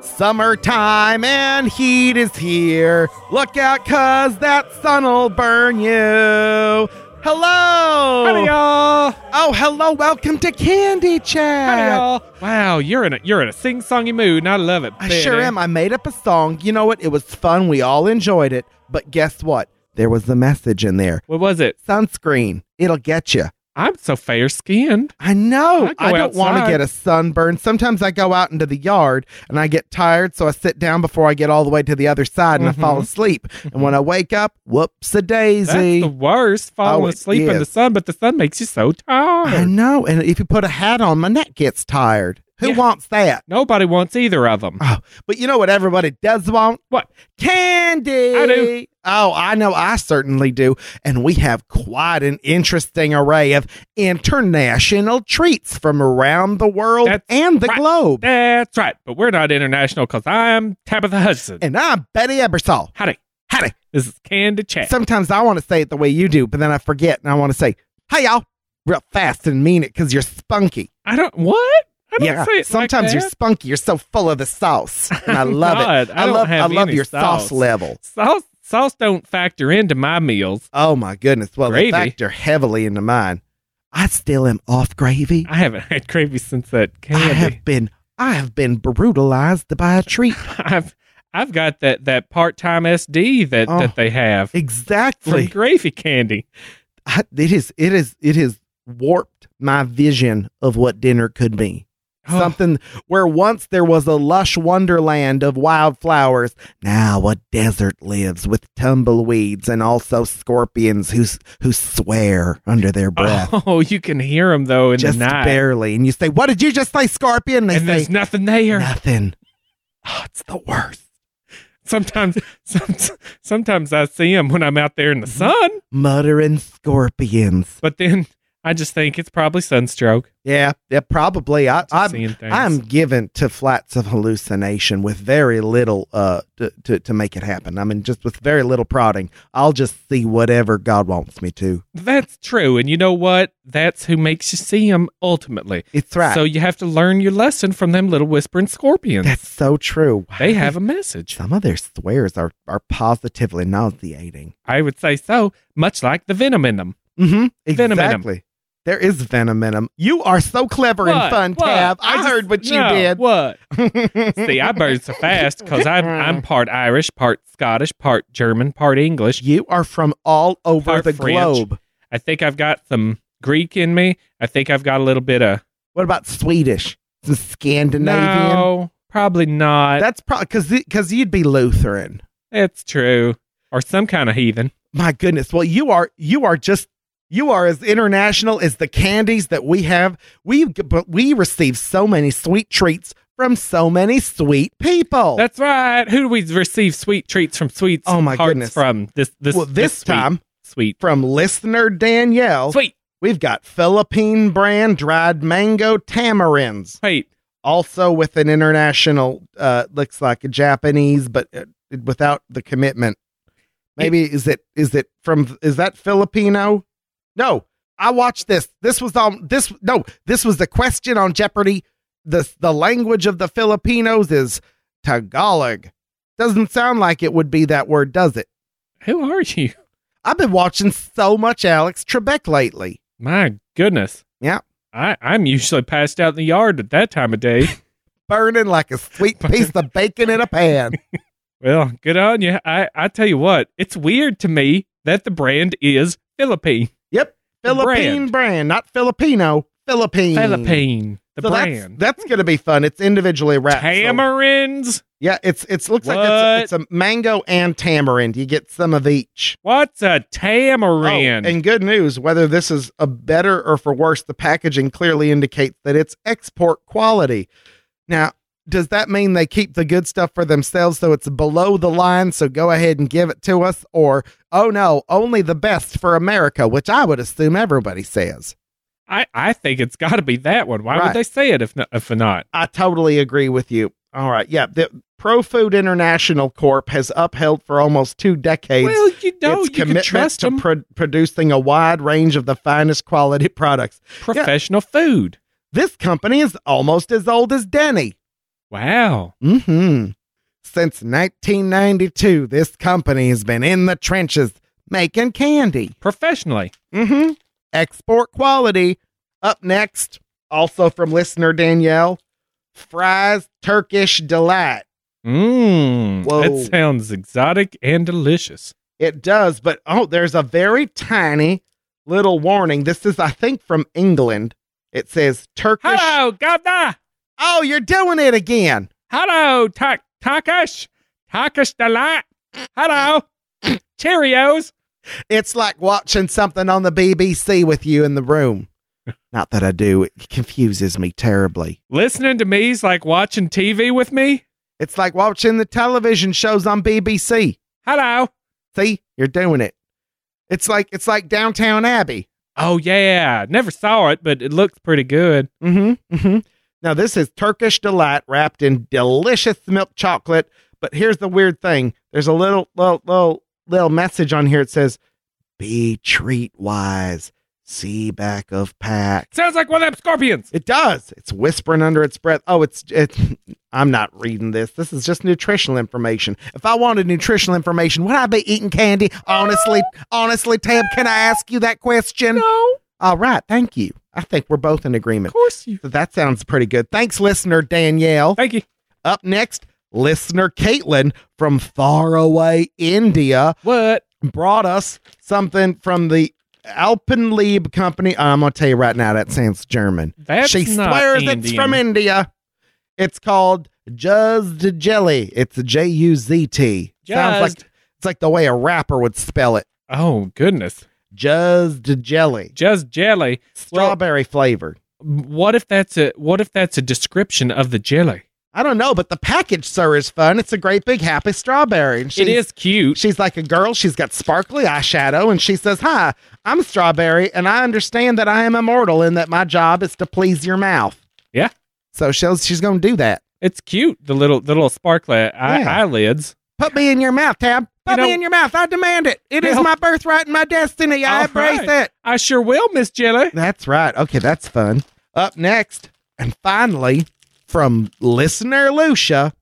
Summertime and heat is here. Look out, cuz that sun'll burn you. Hello! Howdy, y'all. Oh, hello. Welcome to Candy Chat. Howdy, y'all. Wow, you're in a you're in a sing songy mood, and I love it. I sure am. I made up a song. You know what? It was fun. We all enjoyed it. But guess what? There was a message in there. What was it? Sunscreen. It'll get you. I'm so fair skinned. I know. I go I, don't want to outside. get a sunburn. Sometimes I go out into the yard and I get tired, so I sit down before I get all the way to the other side and I fall asleep. And when I wake up, whoops a Mm-hmm. That's daisy. the worst, falling Oh, it asleep in the is. sun, but the sun makes you so I tired. know. And if you put a hat on, my neck gets tired. Who Yeah. wants that? Nobody wants either of them. Oh, but you know what everybody does want? What? Candy. I do. Oh, I know I certainly do. And we have quite an interesting array of international treats from around the world That's and the right. globe. That's right. But we're not international because I'm Tabitha Hudson. and I'm Betty Ebersol. Howdy. Howdy. This is Candy Chat. Sometimes I want to say it the way you do, but then I forget and I want to say, hey, y'all, real fast and mean it because you're spunky. I don't what? I don't yeah. say it like Sometimes you're that. spunky. You're so full of the sauce. And I love not. it. I don't love have I love any your sauce. sauce. level. sauce sauce don't factor into my meals. Oh my goodness. Well, Gravy. they factor heavily into mine. I still am off gravy. I haven't had gravy since that I candy. have been I have been brutalized by a treat. I've I've got that that part time SD that Oh. that they have from Exactly. gravy candy. I, it is it is it has warped my vision of what dinner could be. Oh. Something where once there was a lush wonderland of wildflowers, now a desert lives with tumbleweeds and also scorpions who s- who swear under their breath, Oh, you can hear them though in just the night, barely. And you say, "What did you just say, scorpion?" They and say there's nothing there. nothing. Oh, it's the worst. Sometimes, some, sometimes I see them when I'm out there in the Mm-hmm. sun, Muttering scorpions. but then I just think it's probably sunstroke. Yeah, yeah, probably. I, Just I seeing things. I'm given to flats of hallucination with very little uh to, to to make it happen. I mean, just with very little prodding, I'll just see whatever God wants me to. That's true, and you know what? That's who makes you see them ultimately. It's right. So you have to learn your lesson from them little whispering scorpions. That's so true. Why they do have a message. some of their swears are are positively nauseating. I would say so, much like the venom in them. Mm-hmm. Venom in 'em. Exactly. There is venom in 'em. You are so clever and What? fun, What? Tab. I, just- heard what you no, did. Uh. What? See, I burned so fast because I'm I'm part Irish, part Scottish, part German, part English. you are from all over Part the French. globe. I think I've got some Greek in me. I think I've got a little bit of What about Swedish? Some Scandinavian? no, probably not. That's probably because because you'd be Lutheran. That's true, or some kind of heathen. My goodness. Well, you are you are just you are as international as the candies that we have. We but we receive so many sweet treats from so many sweet people. That's right. Who do we receive sweet treats from? Sweets. Oh, my hearts goodness. From this this well, this, sweet- time sweet from listener Danielle, sweet. we've got Philippine brand dried mango tamarinds, Wait, also with an international uh looks like a Japanese but uh, without the commitment. Maybe is it is it from is that Filipino? No, I watched this. This was on this. No, this was the question on Jeopardy. The the language of the Filipinos is Tagalog. Doesn't sound like it would be that word, does it? who are you? I've been watching so much Alex Trebek lately. My goodness. Yeah. I, I'm usually passed out in the yard at that time of day. Burning like a sweet piece of bacon in a pan. well, good on you. I, I tell you what, it's weird to me that the brand is Philippine. Yep. The brand. Philippine brand. not Filipino. Philippine. Philippine. The So that's- brand. That's, gonna be fun. It's individually wrapped. so- Tamarinds. yeah, it's it's looks like it's, it's a mango and tamarind. You get some of each. What's a Oh, tamarind? and good news, whether this is a better or for worse, the packaging clearly indicates that it's export quality. Now, does that mean they keep the good stuff for themselves so it's below the line so go ahead and give it to us or oh no only the best for america which i would assume everybody says I, I think it's got to be that one. Why Right. would they say it if not, if not? i totally agree with you all right yeah the pro food international corp has upheld for almost two decades well, you know, its you can commitment trust to them. pro- producing a wide range of the finest quality products Professional food. this company is almost as old as denny Wow. Mm-hmm. Since 1992, this company has been in the trenches making candy. Professionally. Mm-hmm. Export quality. Up next, also from listener Danielle, fries Turkish delight. Mmm. Whoa. That sounds exotic and delicious. It does, but oh, there's a very tiny little warning. This is, I think, from England. It says Turkish. Hello, governor. Oh, you're doing it again. Hello, tak Takish. Takish delight. Hello. Cheerios. It's like watching something on the BBC with you in the room. Not that I do. It confuses me terribly. Listening to me's like watching TV with me. It's like watching the television shows on BBC. Hello. See, you're doing it. It's like it's like Downtown Abbey. Oh yeah, never saw it, but it looks pretty good. Mm-hmm. Mm-hmm. Now this is Turkish delight wrapped in delicious milk chocolate. But here's the weird thing. There's a little little little, little message on here. It says, "Be treat wise, see back of pack." Sounds like one of them scorpions. It does. It's whispering under its breath. Oh, it's it's I'm not reading this. This is just nutritional information. If I wanted nutritional information, would I be eating candy? Honestly, honestly, Tab, can I ask you that question? No, All right, thank you. I think we're both in of agreement. course you. So that sounds pretty good. Thanks, listener Danielle. Thank you. Up next, listener Caitlin from faraway India What? brought us something from the Alpenlieb company. Oh, I'm gonna tell you right now, that sounds German That's she not swears it's Indian. from India. It's called Just Jelly. It's J U Z T. Sounds like Just- it's like the way a rapper would spell it. Oh goodness, Just Jelly, just jelly. strawberry flavored. What if that's a what if that's a description of the jelly? I don't know, but the package, sir, is fun. It's a great big happy strawberry. And it she's- is cute. She's like a girl. She's got sparkly eyeshadow, and she says, "Hi, I'm Strawberry, and I understand that I am immortal, and that my job is to please your mouth." Yeah. So she's she's gonna do that. It's cute. The little the little sparkly eye, Yeah. eyelids. Put me in your mouth, Tab. Put You know- me in your mouth. I demand it. It is Well- my birthright and my destiny. I All embrace right. it. I sure will, Miss Jelly. That's right. Okay, that's fun. Up next, and finally, from listener Lucia,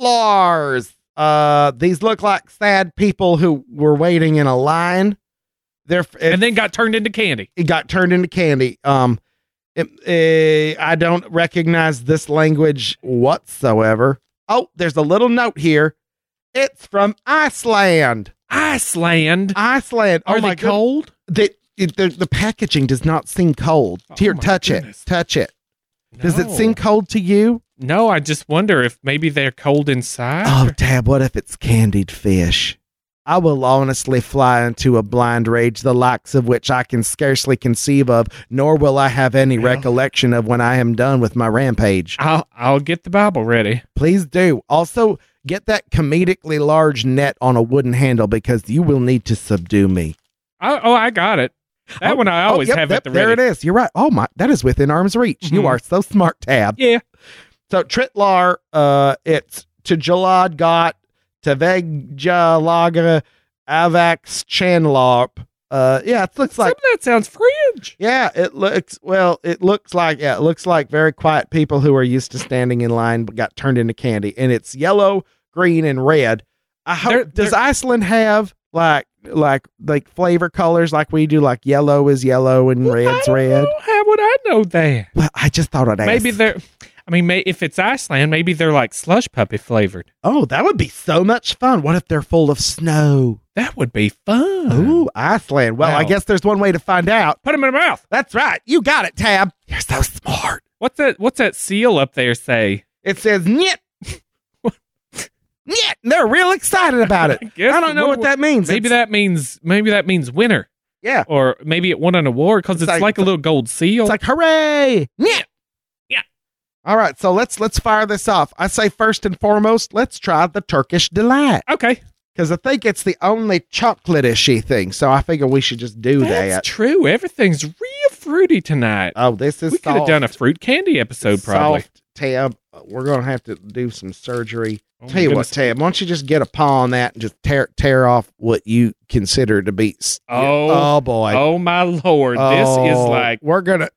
Tritlars. Uh, these look like sad people who were waiting in a line. They're it, and then got turned into candy. it got turned into candy. Um, it, eh, I don't recognize this language whatsoever. Oh, there's a little note here. It's from Iceland. Iceland. Iceland. Are oh they my god. cold? The, it- the, the packaging does not seem cold. Oh Here, my touch goodness. it. Touch it. Does it No. seem cold to you? No, I just wonder if maybe they're cold inside. Oh, Tab, what if it's candied fish? I will honestly fly into a blind rage, the likes of which I can scarcely conceive of, nor will I have any Well. recollection of when I am done with my rampage. I'll I'll get the Bible ready. Please do. Also, get that comedically large net on a wooden handle because you will need to subdue me. I, oh, I got it. That Oh, one I Oh, always yep, have yep, at the There it ready. is. You're right. Oh my, that is within arm's reach. Mhm. You are so smart, Tab. Yeah. So Tritlar, uh, it's Tajalad Got Tavegjalaga Avax Chanlarp. Uh, yeah, it looks Some like. of that sounds French. Yeah, it looks well. It looks like yeah, it looks like very quiet people who are used to standing in line but got turned into candy. And it's yellow, green, and red. I hope. They're- does they're- Iceland have like like like flavor colors like we do? Like yellow is yellow and red's I don't red. know. How would I know that? Well, I just thought I'd ask. Maybe they're. I mean, may, if it's Iceland, maybe they're like slush puppy flavored. Oh, that would be so much fun. What if they're full of snow? That would be fun. Ooh, Iceland. Well, I Wow. guess there's one way to find out. Put them in my mouth. That's right. You got it, Tab. You're so smart. What's that? What's that seal up there say? It says nyet. nyet. And They're real excited about it. guess I don't know what that means. Maybe It's- that means maybe that means winter, Yeah. or maybe it won an award because It's it's, like- like, a little gold seal. It's like, hooray. Nyet. Yeah. All right, so let's let's fire this off. I say first and foremost, let's try the Turkish delight Okay, because I think it's the only chocolate-ishy thing. So I figure we should just do that's that. true. Everything's real fruity tonight. Oh, this is we could have soft. done a fruit candy episode, probably. Soft, Tab. We're gonna have to do some surgery. Oh, my Tell you what, goodness. Tab. Why don't you just get a paw on that and just tear tear off what you consider to be? s- Oh, oh boy. oh my lord, this is Oh, like we're gonna.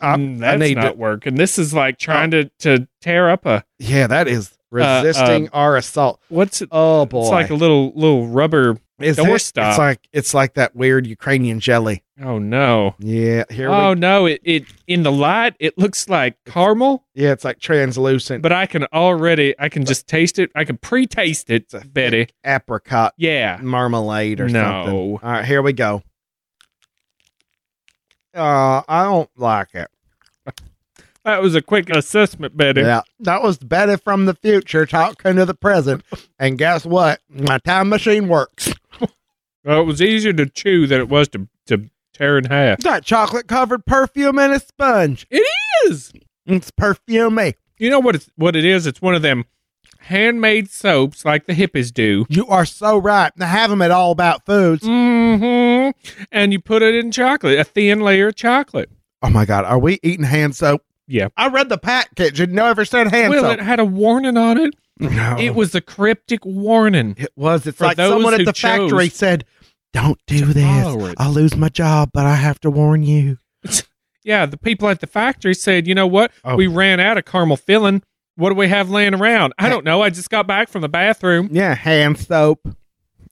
I- mm, that's need not to- Oh. working. This is like trying to to tear up a Yeah, that is uh, resisting our assault. what's it? Oh boy, It's like a little little rubber. Is door it- stop. It's like it's like that weird Ukrainian jelly. Oh no. Yeah, here Oh we. no, it, it in the light it looks like caramel, Yeah, it's like translucent. but I can already I can just taste it. I can pre-taste it, it's a Betty. thick apricot Yeah. marmalade or No. something. All right, here we go. Uh, I don't like it. That was a quick assessment, Betty. Yeah, that was Betty from the future talking to the present. And guess what? My time machine works. Well, it was easier to chew than it was to to tear in half. Got chocolate covered perfume and a sponge. It is. It's perfumey. You know what it's what it is? It's one of them handmade soaps like the hippies do. You are so right. Now have them at all about foods. Mm. hmm And you put it in chocolate, a thin layer of chocolate. Oh my God, are we eating hand soap? Yeah. I read the package and never said hand well, soap. it had a warning on it. no, It was a cryptic warning. It was. It's For like those someone at who the factory chose said, "Don't do follow it." this. I'll lose my job, but I have to warn you." Yeah, the people at the factory said, you know what? Oh. We ran out of caramel filling. What do we have laying around? I Hey. don't know. I just got back from the bathroom. Yeah, hand soap.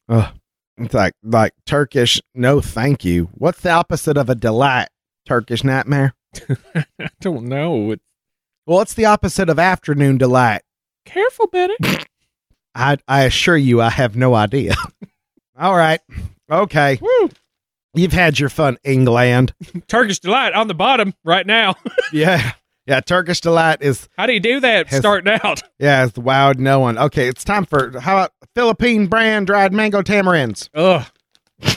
Ugh. It's like like Turkish. No, thank you. What's the opposite of a delight? Turkish nightmare. I don't know. It- Well, what's the opposite of afternoon delight? Careful, Betty. I I assure you, I have no idea. All right, okay. Woo. You've had your fun, England. Turkish delight on the bottom right now. yeah, yeah. Turkish delight is How do you do that? Has- Starting out. yeah, it's the wild no one. Okay, it's time for how about Philippine brand dried mango tamarinds. Ugh.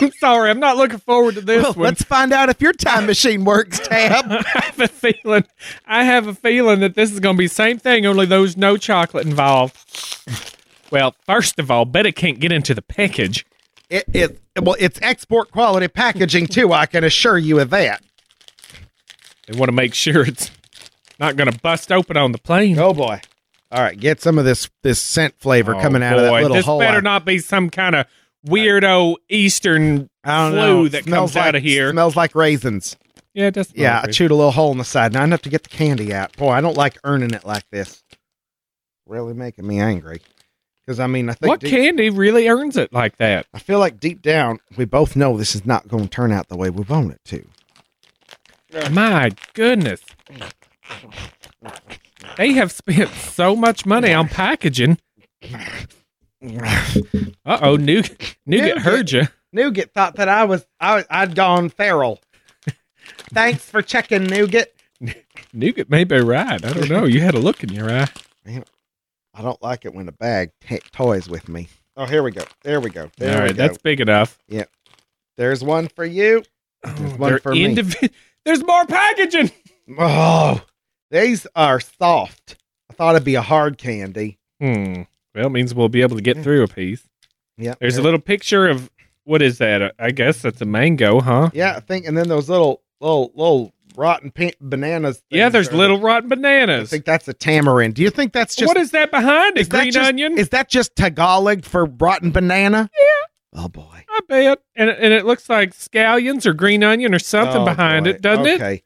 I'm sorry. I'm not looking forward to this Well, one. let's find out if your time machine works, Tab. I have a feeling. I have a feeling that this is going to be the same thing, only those no chocolate involved. Well, first of all, Betty can't get into the package. it, it well, it's export quality packaging too. I can assure you of that. They want to make sure it's not going to bust open on the plane. Oh boy! All right, get some of this this scent flavor Oh, coming out of that boy. little this hole. better I- not be some kind of weirdo Eastern I don't flu know. that Smells comes like, out of here. Oh, Smells like raisins. yeah, it does. smell yeah, I good. chewed a little hole in the side. Now I have to get the candy out. Boy, I don't like earning it like this. Really making me angry. Because I mean, I think what deep- candy really earns it like that? I feel like deep down we both know this is not going to turn out the way we want it to. My goodness. They have spent so much money on packaging. Uh oh, Nougat, Nougat Nougat. heard you. Nougat thought that I was I was, I'd gone feral. Thanks for checking, Nougat. Nougat may be right. I don't know. You had a look in your eye. I don't like it when a bag t- toys with me. Oh, here we go. There we go. There All we right, go. that's big enough. There's one for you. There's Oh, one they're for me. indivi- There's more packaging. Oh, these are soft. I thought it'd be a hard candy. Hmm. Well, it means we'll be able to get through a piece. Yeah. There's a there- little picture of what is that? I guess that's a mango, huh? Yeah, I think. And then those little little little rotten pink bananas. Yeah, things there's are- little rotten I bananas. think that's a tamarind. Do you think that's just what is that behind is it? that Green just- onion? is that just Tagalog for rotten banana? Yeah. Oh boy. I bet. And and it looks like scallions or green onion or something Oh, behind boy. it, doesn't it? Okay.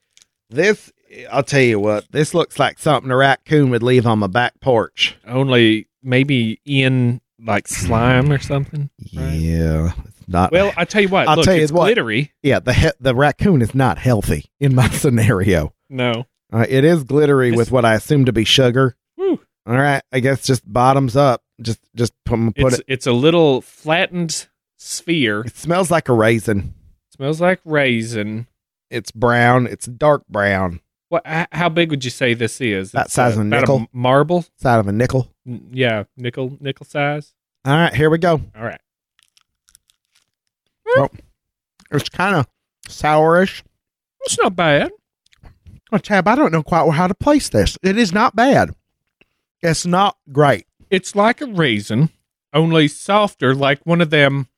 This, I'll tell you what, this looks like something a raccoon would leave on my back porch. Only maybe in like slime or something. Right. Yeah. It's not. Well, I tell you what. I'll look, tell you it's what. glittery. yeah, the he- the raccoon is not healthy in my scenario. No. Uh, it is glittery It's- with what I assume to be sugar. Woo. All right. I guess just bottoms up. Just, just put, put It's it. it's a little flattened sphere. It smells like a raisin. smells like raisin. It's brown. It's dark brown. What? h- How big would you say this is? About It's, uh, size of a about nickel. marble. Side of a nickel. N- Yeah, nickel, nickel size. All right. Here we go. All right. It's kind of sourish. It's not bad. Oh, Tab, I don't know quite how to place this. It is not bad. It's not great. It's like a raisin, only softer, like one of them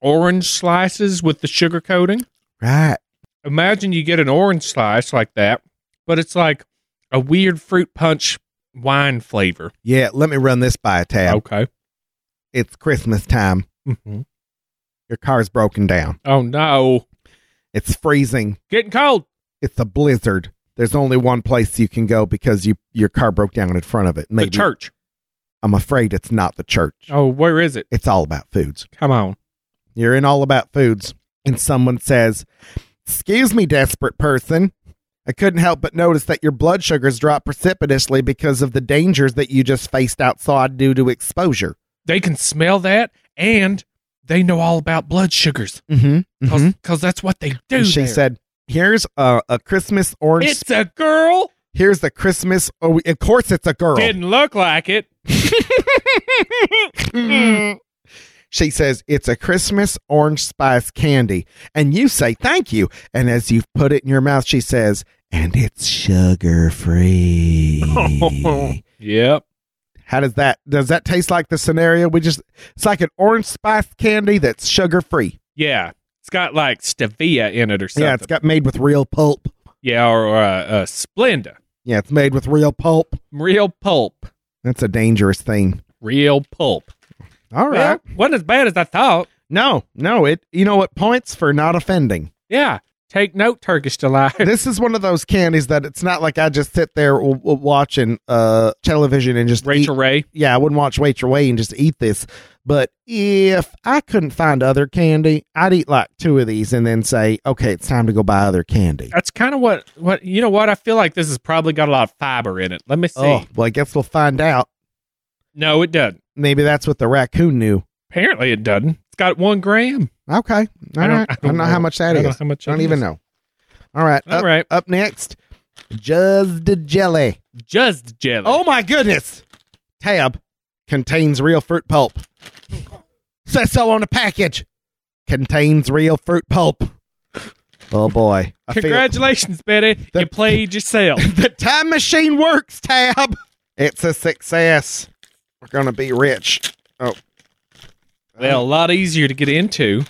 orange slices with the sugar coating. Right. Imagine you get an orange slice like that, but it's like a weird fruit punch wine flavor. Yeah, let me run this by a Tab. Okay. It's Christmas time. hmm Your car's broken down. Oh no, It's freezing. getting cold. It's a blizzard. There's only one place you can go because you your car broke down in front of it. Maybe. The church. I'm afraid it's not the church. Oh, where is it? It's all about foods. Come on. You're in all about foods, and someone says, Excuse me, desperate person. I couldn't help but notice that your blood sugars dropped precipitously because of the dangers that you just faced outside due to exposure. They can smell that, and they know all about blood sugars Mm-hmm. because that's what they do. And she there. said, Here's a, a Christmas orange. "It's a girl." Here's the Christmas. Oh, of course, it's a girl. Didn't look like it. Mm-hmm. She says, It's a Christmas orange spice candy. And you say, Thank you. And as you put it in your mouth, she says, And it's sugar free. Yep. How does that does that taste like the scenario? We just it's like an orange spice candy that's sugar free. Yeah. It's got like stevia in it or something. Yeah, it's got made with real pulp. Yeah, or uh, uh, Splenda. Yeah, it's made with real pulp. Real pulp. That's a dangerous thing. Real pulp. All right. Well, wasn't as bad as I thought. no, no, it you know what points for not offending. Yeah. Take note, Turkish delight. this is one of those candies that it's not like I just sit there w- w- watching uh television and just Rachel Ray. Eat, yeah, I wouldn't watch Wait Your Way and just eat this. But if I couldn't find other candy, I'd eat like two of these and then say, okay, it's time to go buy other candy. That's kind of what what you know. What I feel like this has probably got a lot of fiber in it. Let me see. Oh, well, I guess we'll find out. No, it doesn't. Maybe that's what the raccoon knew. Apparently, it doesn't. It's got one gram. Okay, all right. I I don't, don't- I know, don't how know. much that I is. don't know how much. I don't it even Uh, is. know. All right, All up, right. up next, just the jelly. Just jelly. Oh my goodness. Tab contains real fruit pulp. Says so on the package. Contains real fruit pulp. Oh boy. I feel- congratulations, Betty. The- you played yourself. the time machine works, Tab. It's a success. We're going to be rich. Oh. well, a lot easier to get into.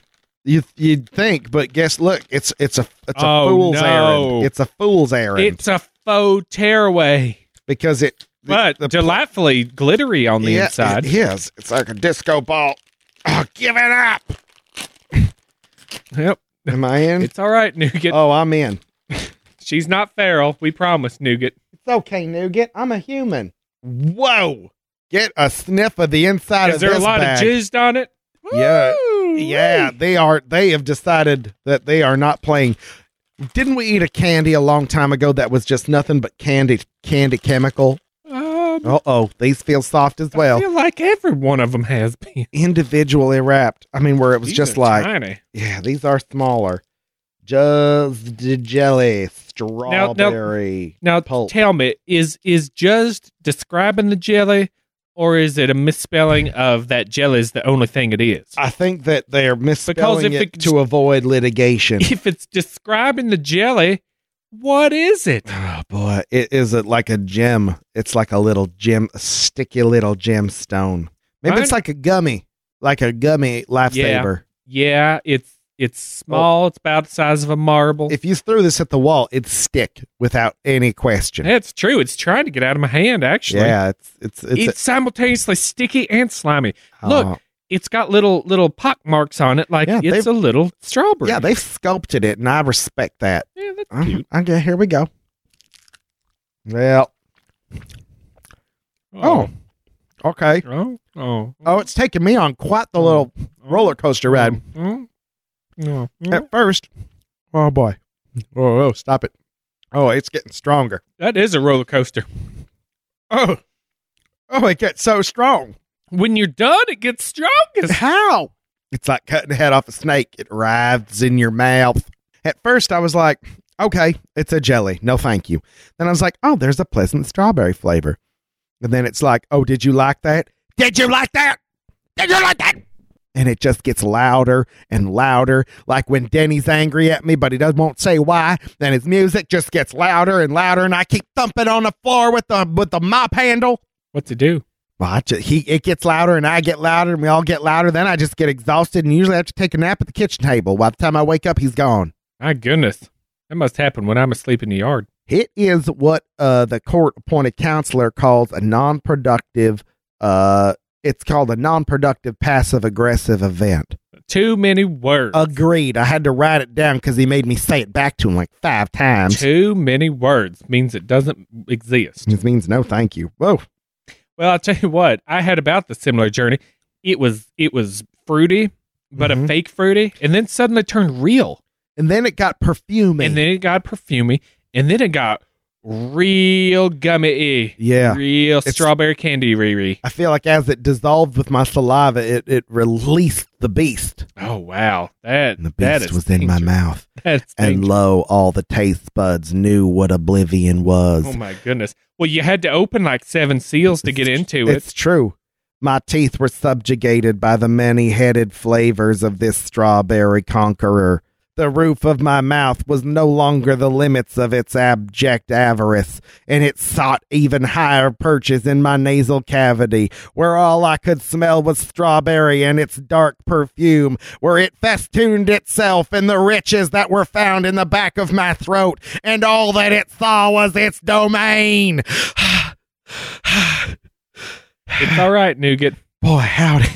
You you'd think, but guess look, it's it's a it's a Oh, fool's no. errand. It's a fool's errand It's a faux tearaway, because it but the- delightfully glittery on the yeah, inside. It is. It's like a disco ball. Oh, give it up. Yep. Am I in? It's all right, Nougat. Oh, I'm in. She's not feral. We promise, Nougat. It's okay, Nougat. I'm a human. Whoa! Get a sniff of the inside Is of there a this lot bag. of jizzed on it? Yeah. Woo! Yeah, they are. They have decided that they are not playing. Didn't we eat a candy a long time ago that was just nothing but candy, candy chemical? Um, Uh oh, these feel soft as I Oh, well. feel like every one of them has been. Individually wrapped. I mean, where it was These just are like, tiny. yeah, these are smaller. Just the jelly, strawberry. Now Pulp. tell me, is is just describing the jelly, or is it a misspelling of that jelly is the only thing it is? I think that they are misspelling if it, it- to avoid litigation. if it's describing the jelly, what is it? Oh boy, it is a, like a gem. It's like a little gem, a sticky little gemstone. Maybe it's Mine- like a gummy, like a gummy lifesaver. Yeah, it's it's small. It's about the size of a marble. If you threw this at the wall, it'd stick without any question. That's true. It's trying to get out of my hand. Actually, yeah, it's it's it's, it's, simultaneously sticky and slimy. a- look, oh. It's got little little pock marks on it, like Yeah, it's a they've- little strawberry. yeah, they've sculpted it, and I respect that. Yeah, that's Uh, cute. Okay, here we go. Well, oh, okay. oh, oh, Oh, it's taking me on quite the little roller coaster ride. Mm, mm, mm. At first, oh boy, oh, oh, stop it. Oh, it's getting stronger. That is a roller coaster. Oh, oh, it gets so strong. When you're done, it gets strongest. How? It's like cutting the head off a snake. It writhes in your mouth. At first, I was like, okay, it's a jelly. No, thank you. Then I was like, oh, there's a pleasant strawberry flavor. And then it's like, oh, did you like that? Did you like that? Did you like that? and it just gets louder and louder. Like when Denny's angry at me, but he doesn't won't say why. Then his music just gets louder and louder, and I keep thumping on the floor with the with the mop handle. What to do? Watch it. He it gets louder, and I get louder, and we all get louder. Then I just get exhausted, and usually I have to take a nap at the kitchen table. By the time I wake up, he's gone. My goodness. That must happen when I'm asleep in the yard. It is what uh, the court appointed counselor calls a non productive, uh, it's called a non productive passive aggressive event. Too many words. Agreed. I had to write it down because he made me say it back to him like five times. Too many words means it doesn't exist. This means no thank you. Whoa. Well, I'll tell you what, I had about the similar journey. It was it was fruity, but Mhm. a fake fruity, and then suddenly turned real. And then it got perfuming. And then it got perfumy, and then it got real gummy yeah. Real It's- strawberry candy Riri. I feel like as it dissolved with my saliva, it, it released the beast. Oh wow. That And the that beast is was in my danger. mouth. That's And danger. lo, all the taste buds knew what oblivion was. Oh my goodness. Well, you had to open like seven seals to get into it. it's true. My teeth were subjugated by the many headed flavors of this strawberry conqueror. The roof of my mouth was no longer the limits of its abject avarice, and it sought even higher perches in my nasal cavity, where all I could smell was strawberry and its dark perfume, where it festooned itself in the riches that were found in the back of my throat, and all that it saw was its domain. Ah, It's all right, Nougat. Boy, howdy.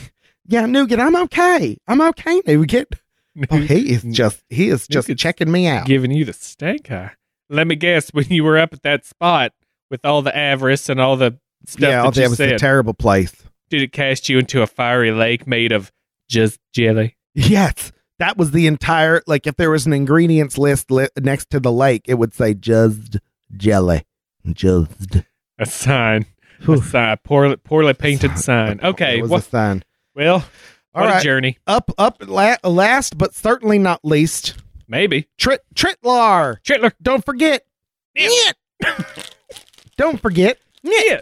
Yeah, Nougat, I'm okay. I'm okay, Nougat. Oh, he is just he is just Nougat's checking me out. giving you the stank eye. Let me guess, when you were up at that spot with all the avarice and all the stuff Yeah, that that you was a said, terrible place. did it cast you into a fiery lake made of just jelly? Yes. That was the entire like if there was an ingredients list li- next to the lake, it would say just jelly. Just A sign, a Whew. sign, poorly, poorly painted sign. It Okay, was wha- a sign. well, All what right. a journey. Up up la- last but certainly not least, Maybe Trit Tritlar. Chitler. Don't forget. Yeah. Nyet. Don't forget. Yeah.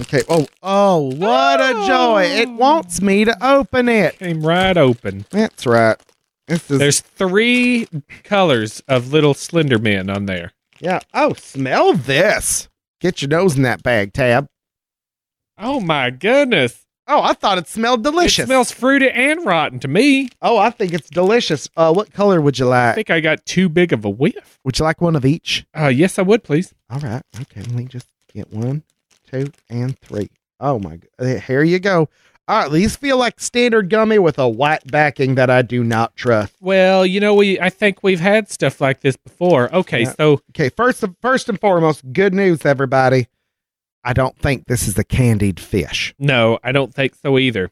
Okay. Oh, oh, what a joy. Oh. It wants me to open it. Came right open. That's right. This is There's three colors of little slender men on there. yeah. Oh, smell this. Get your nose in that bag, Tab. Oh my goodness. Oh, I thought it smelled delicious. It smells fruity and rotten to me. oh, I think it's delicious. Uh, what color would you I like? think I got too big of a whiff. Would you like one of each? Uh, yes, I would, please. All right. Okay. Let me just get one, two, and three. Oh my god. Here you go. All right. These feel like standard gummy with a white backing that I do not trust. Well, you know, we I think we've had stuff like this before. Okay, Yeah. so Okay, first first and foremost, good news, everybody. I don't think this is a candied fish. no, I don't think so either.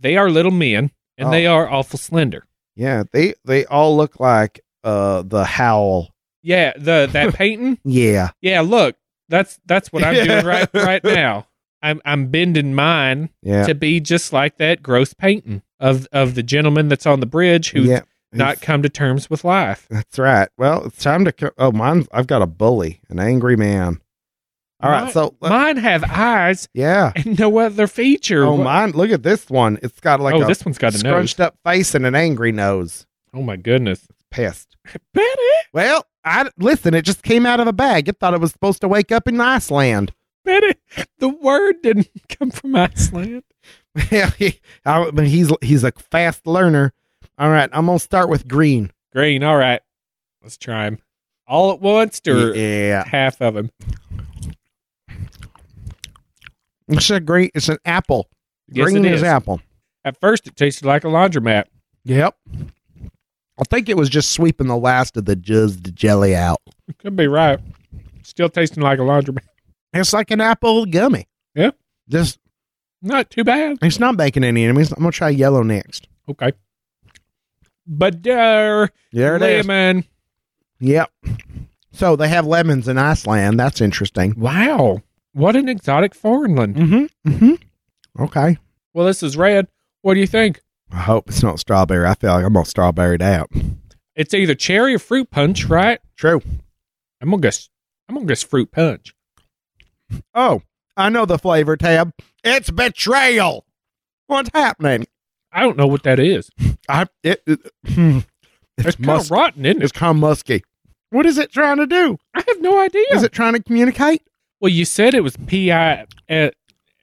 They are little men, and Oh. they are awful slender. Yeah, they they all look like uh the howl. Yeah, the that painting. Yeah. Yeah, look, that's that's what I'm Yeah. doing right right now. I'm I'm bending mine Yeah. to be just like that gross painting of of the gentleman that's on the bridge who's yeah. not come to terms with life. That's right. Well, it's time to co- Oh, mine I've got a bully, an angry man. All right, Mine- so let- Mine have eyes yeah. and no other feature. Oh, What- mine, look at this one. It's got like oh, a this one's got a nose. scrunched up face and an angry nose. Oh my goodness, Pissed. Betty. Well, I listen, it just came out of a bag. It thought it was supposed to wake up in Iceland. Betty, the word didn't come from Iceland. Yeah, he, I, but he's he's a fast learner. All right, I'm gonna start with green. Green, all right. Let's try him. All at once or Yeah, half of him. it's a green. It's an apple. Yes, green it is is. apple. At first it tasted like a laundromat. Yep. I think it was just sweeping the last of the juzzed jelly out. Could be right. Still tasting like a laundromat. It's like an apple gummy. Yeah. Just Not too bad. it's not making any enemies. I'm gonna try yellow next. Okay. But there, There it is. lemon. Yep. So they have lemons in Iceland. That's interesting. Wow. What an exotic foreign land. Mm-hmm. Mm-hmm. Okay. Well, this is red. What do you think? I hope it's not strawberry. I feel like I'm gonna strawberry it out. It's either cherry or fruit punch, right? True. I'm gonna guess I'm gonna guess fruit punch. Oh, I know the flavor tab. It's betrayal. What's happening? I don't know what that is. I it, it hmm. It's it's kind mus- of rotten, isn't it? It's kind of musky. What is it trying to do? I have no idea. Is it trying to communicate? well, you said it was P I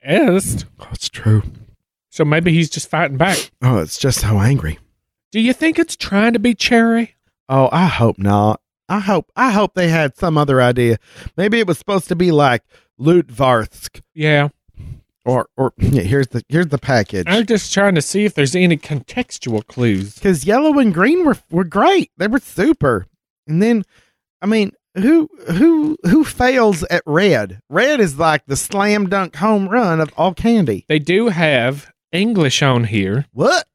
S, That's Oh, true. so maybe he's just fighting back. Oh, it's just so angry. Do you think it's trying to be cherry? Oh, I hope not. I hope I hope they had some other idea. Maybe it was supposed to be like Lutvarsk Yeah, or or yeah, here's the here's the package. I'm just trying to see if there's any contextual clues. Cuz yellow and green were were great. They were super. And then I mean, who who who fails at red? Red is like the slam dunk home run of all candy. They do have English on here. What?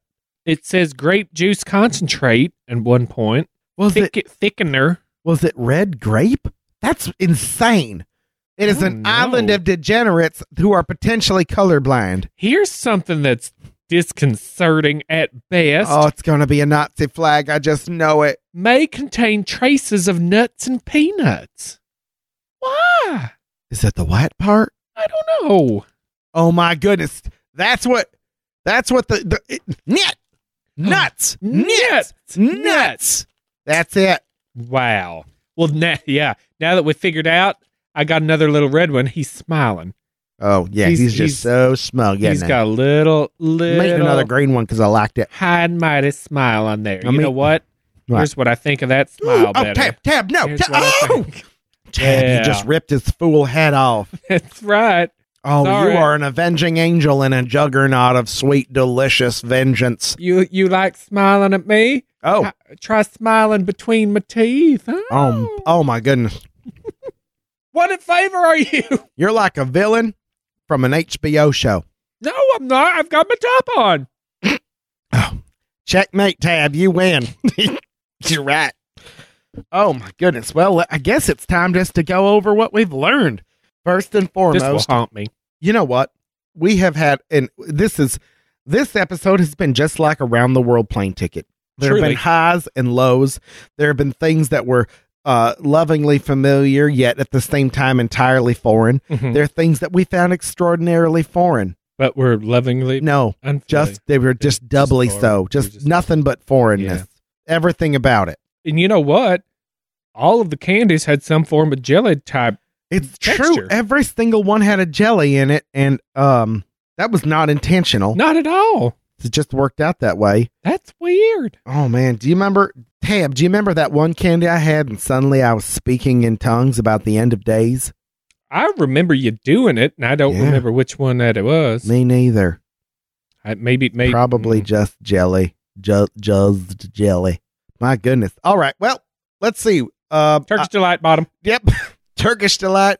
It says grape juice concentrate at one point, Was it Thick- thickener. Was it red grape? That's insane. It is Oh, an no. island of degenerates who are potentially colorblind. Here's something that's disconcerting at best. Oh, it's going to be a Nazi flag. I just know it. may contain traces of nuts and peanuts. Why? Is it the white part? I don't know. Oh my goodness. That's what that's what the, the it, nit. Oh, Nuts. Nuts. Nuts. That's it. Wow. Well, now, yeah. Now that we figured out, I got another little red one. He's smiling. Oh, yeah. He's- He's, just he's- so smug. He's Yeah. got a little, little Made another green one cuz I liked it. high and mighty smile on there. I you mean- know what? What? Here's what I think of that smile Ooh, oh, better. tab, tab, no. Here's Tab, what I oh, think. tab, Yeah. he just ripped his fool head off. That's right. Oh, Sorry. you are an avenging angel and a juggernaut of sweet, delicious vengeance. You you like smiling at me? Oh, Hi- Try smiling between my teeth. um, Oh. oh my goodness. What in favor are you? You're like a villain from an HBO show. No, I'm not. I've got my top on. Checkmate tab, you win. You're right. Oh my goodness. Well, I guess it's time just to go over what we've learned. First and This will foremost, haunt me. you know what? We have had, and this is, this episode has been just like a round the world plane ticket. There have Truly. been highs and lows. There have been things that were uh, lovingly familiar, yet at the same time entirely foreign. Mm. There are things that we found extraordinarily foreign. But we're lovingly No, unfairly- just they were just Just doubly foreign. so. They're Just, just- nothing but foreignness. Everything about it. And you know what? All of the candies had some form of jelly type. It's true. Texture. Every single one had a jelly in it, and um, that was not intentional. Not at all. It just worked out that way. That's weird. Oh man, do you remember Tab? Do you remember that one candy I had, and suddenly I was speaking in tongues about the end of days? I remember you doing it, and I don't Yeah. remember which one that it was. Me neither. I, maybe, maybe probably just jelly just just jelly my goodness all right well let's see um Turkish delight bottom. yep turkish delight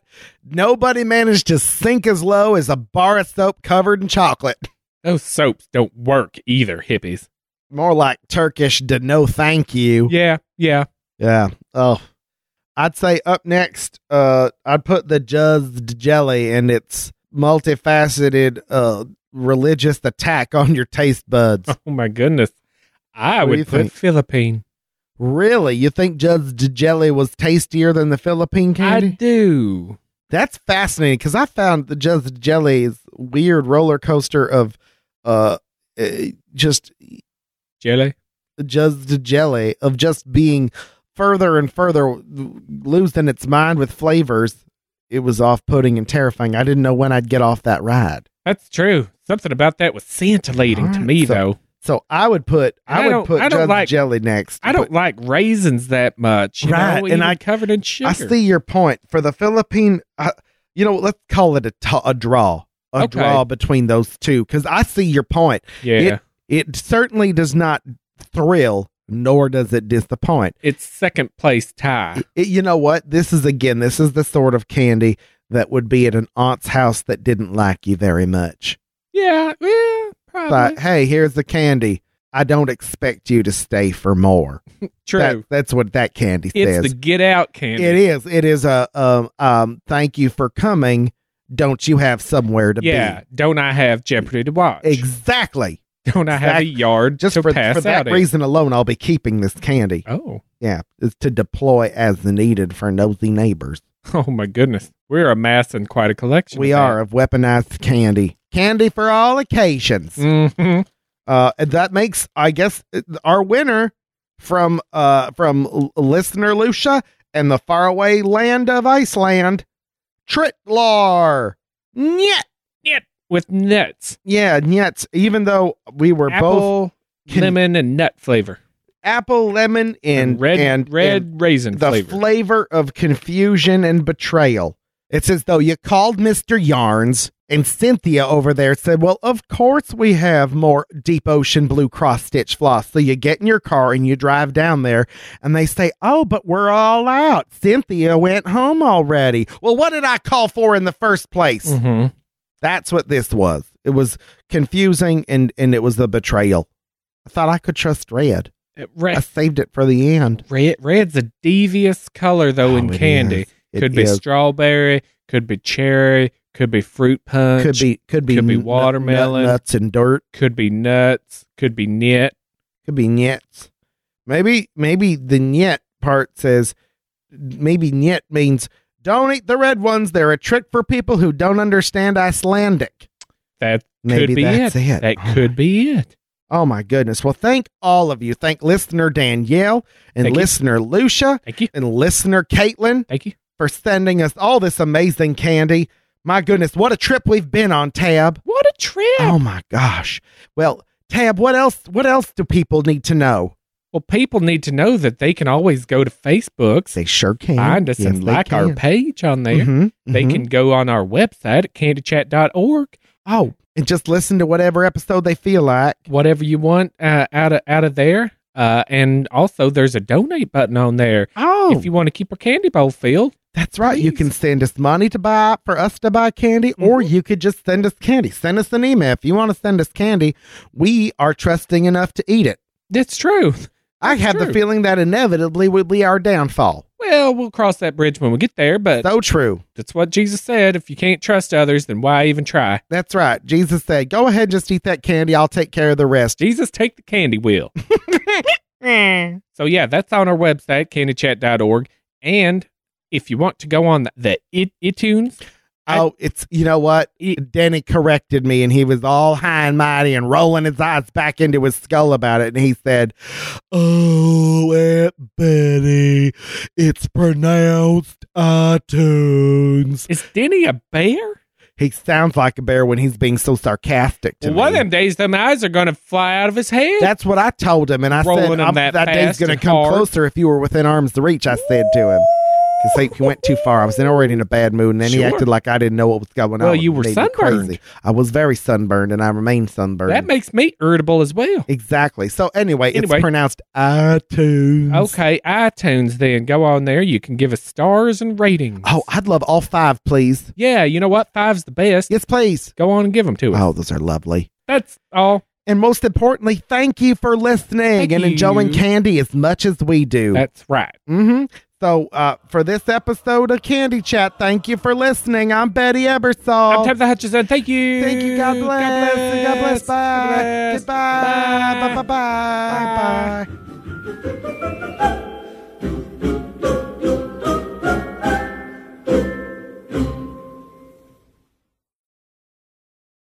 nobody managed to sink as low as a bar of soap covered in chocolate Those soaps don't work either, hippies. more like turkish to no thank you Yeah, yeah. yeah oh i'd say up next uh i'd put the just jelly and its multifaceted uh religious attack on your taste buds Oh my goodness. I What do you would put think? Philippine. Really? You think Judge Jelly was tastier than the Philippine I candy? do. That's fascinating because I found the Judge Jelly's weird roller coaster of uh, uh just Jelly. Judge Jelly of just being further and further losing its mind with flavors. It was off putting and terrifying. I didn't know when I'd get off that ride. That's true. Something about that was scintillating to Alright, me, so- though. So I would put I I, would don't- put I don't Judge like- Jelly next. I don't like raisins that much, you Right, know, and even I- covered in sugar. I see your point. For the Philippine, uh, you know, let's call it a ta- a draw, a Okay. draw between those two, because I see your point. Yeah, It- It certainly does not thrill, nor does it disappoint. it's second place tie. It- you know what? This is again, this is the sort of candy that would be at an aunt's house that didn't like you very much. Yeah, yeah, probably But hey, here's the candy. I don't expect you to stay for more. true. That- that's what that candy it's says. the get out candy. It is. It is a um um. Thank you for coming. Don't you have somewhere to yeah, be? don't I have Jeopardy to watch? Exactly. don't I have a exact- yard Just to for, pass for that out in? reason alone, I'll be keeping this candy. Oh, Yeah, it's to deploy as needed for nosy neighbors. oh my goodness, we're amassing quite a collection. We are of weaponized candy, candy for all occasions. hmm Uh, and that makes, I guess, uh, our winner from uh from l- listener Lucia and the faraway land of Iceland, Tritlar. Nyet. with nuts, Yeah, Nyets. Even though we were both apple, con- lemon, and nut flavor, apple, lemon, and, red and red and raisin the flavor. flavor of confusion and betrayal. It's as though you called Mr. Yarns and Cynthia over there said, Well, of course we have more deep ocean blue cross stitch floss. So you get in your car and you drive down there and they say, Oh, but we're all out. Cynthia went home already. Well, what did I call for in the first place? Mhm. That's what this was. It was confusing and, and it was the betrayal. I thought I could trust red. Uh, I Red, saved it for the end. red, red's a devious color though in Oh, it candy. is. It could be is. strawberry, could be cherry, could be fruit punch, could be could be could be nut- nut- watermelon. nuts and dirt could be nuts, could be knit. could be nyets maybe maybe the nyet part says maybe nyet means don't eat the red ones they're a trick for people who don't understand icelandic That maybe be that's it, that Oh, could be it. oh my goodness well thank all of you thank listener danielle and Thank you. listener lucia Thank you, and listener caitlin thank you. for sending us all this amazing candy my goodness what a trip we've been on tab What a trip! Oh my gosh. Well, Tab, what else what else do people need to know? Well, people need to know that they can always go to Facebooks, They sure can. find us, Yes, and they like our can. page on there. Mhm, They mhm. can go on our website at candychat.org. Oh, and just listen to whatever episode they feel like. Whatever you want uh, out of out of there. Uh, and also, there's a donate button on there Oh, if you want to keep our candy bowl filled. that's right. You please. Mm-hmm. can send us money to buy for us to buy candy, or you could just send us candy. Send us an email if you want to send us candy. We are trusting enough to eat it. That's true. I have the true. feeling that inevitably would be our downfall. Well, we'll cross that bridge when we get there, but So true. that's what Jesus said. If you can't trust others, then why even try? That's right. Jesus said, "Go ahead, just eat that candy. I'll take care of the rest." Jesus, take the candy wheel. so, yeah, that's on our website, candychat.org. And if you want to go on the, the it, iTunes, I- Oh, it's you know what? It- Denny corrected me, and he was all high and mighty and rolling his eyes back into his skull about it. And he said, "Oh, Aunt Betty, it's pronounced iTunes." is Denny a bear? He sounds like a bear when he's being so sarcastic to Well, one of me. them days, them eyes are going to fly out of his head. That's what I told him, and I Rolling said, him I'm, that "That, day's fast going to and come hard. closer if you were within arm's reach." I said to him because he, he went too far. I was already in a bad mood, and then he Sure. acted like I didn't know what was going Well, on. you It were made me sunburned. I was very sunburned, and I remain sunburned. that makes me irritable as well. Exactly. So anyway, Anyway. it's pronounced iTunes. Okay, iTunes then. Go on there. You can give us stars and ratings. Oh, I'd love all five, please. yeah, you know what? Five's the best. Yes, please. Go on and give them to us. Oh, those are lovely. That's all. And most importantly, thank you for listening Thank and you. enjoying candy as much as we do. That's right. mm-hmm. So uh, for this episode of Candy Chat, thank you for listening. I'm Betty Ebersol. I'm Tabitha Hutchinson. Thank you. Oh. thank you. God bless. God bless. God bless. Bye. God bless. Goodbye. Bye. Bye. Bye. Bye. Bye.